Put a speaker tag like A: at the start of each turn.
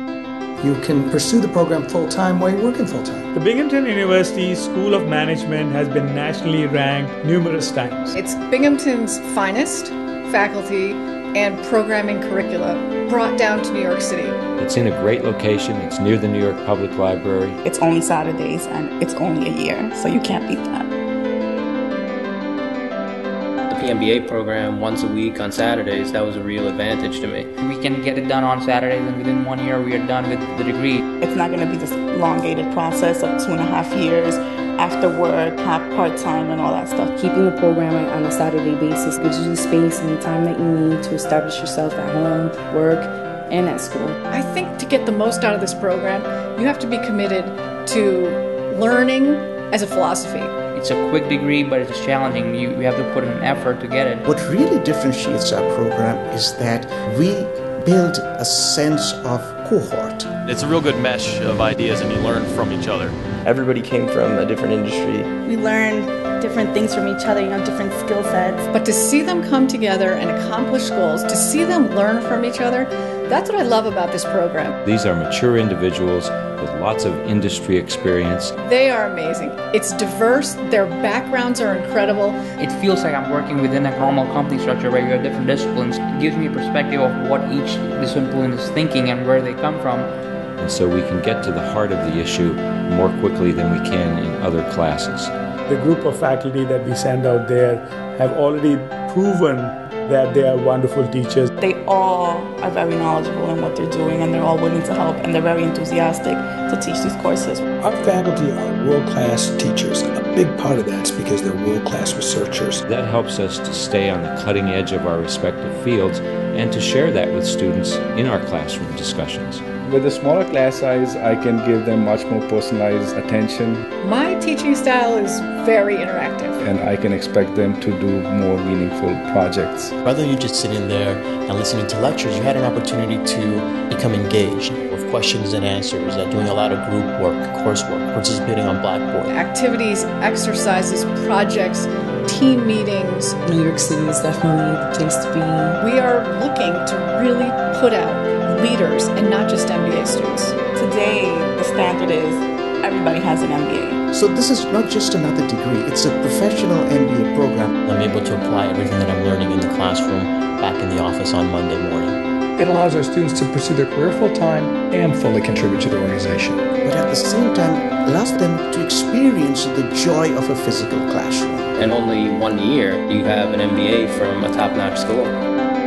A: You can pursue the program full time while you're working full time.
B: The Binghamton University School of Management has been nationally ranked numerous times.
C: It's Binghamton's finest faculty and programming curricula brought down to New York City.
D: It's in a great location, it's near the New York Public Library.
E: It's only Saturdays and it's only a year, so you can't beat that.
F: The PMBA program once a week on Saturdays, that was a real advantage to me.
G: We can get it done on Saturdays, and within one year, we are done with the degree.
E: It's not going to be this elongated process of two and a half years after work, half part time, and all that stuff.
H: Keeping the program on a Saturday basis gives you the space and the time that you need to establish yourself at home, work, and at school.
C: I think to get the most out of this program, you have to be committed to learning as a philosophy.
G: It's a quick degree, but it's challenging. You, you have to put in an effort to get it.
I: What really differentiates our program is that we build a sense of cohort.
J: It's a real good mesh of ideas, and you learn from each other.
K: Everybody came from a different industry.
L: We learn different things from each other, you know, different skill sets.
C: But to see them come together and accomplish goals, to see them learn from each other, that's what I love about this program.
D: These are mature individuals with lots of industry experience.
C: They are amazing. It's diverse, their backgrounds are incredible.
G: It feels like I'm working within a normal company structure where you have different disciplines. It gives me a perspective of what each discipline is thinking and where they come from.
D: And so we can get to the heart of the issue more quickly than we can in other classes.
B: The group of faculty that we send out there have already proven that they are wonderful teachers.
E: They all are very knowledgeable in what they're doing and they're all willing to help and they're very enthusiastic to teach these courses.
M: Our faculty are world class teachers. A big part of that's because they're world class researchers.
D: That helps us to stay on the cutting edge of our respective fields and to share that with students in our classroom discussions.
N: With a smaller class size, I can give them much more personalized attention.
C: My teaching style is very interactive.
N: And I can expect them to do more meaningful projects.
O: Rather than you just sitting there and listening to lectures, you had an opportunity to become engaged with questions and answers, uh, doing a lot of group work, coursework, participating on Blackboard.
C: Activities, exercises, projects, team meetings.
H: New York City is definitely the place to be.
C: We are looking to really put out leaders and not just MBA students.
E: Today, the standard is everybody has an MBA.
I: So this is not just another degree, it's a professional MBA program.
O: I'm able to apply everything that I'm learning in the classroom back in the office on Monday morning.
P: It allows our students to pursue their career full time and fully contribute to the organization.
I: But at the same time, allows them to experience the joy of a physical classroom.
F: And only one year, you have an MBA from a top notch school.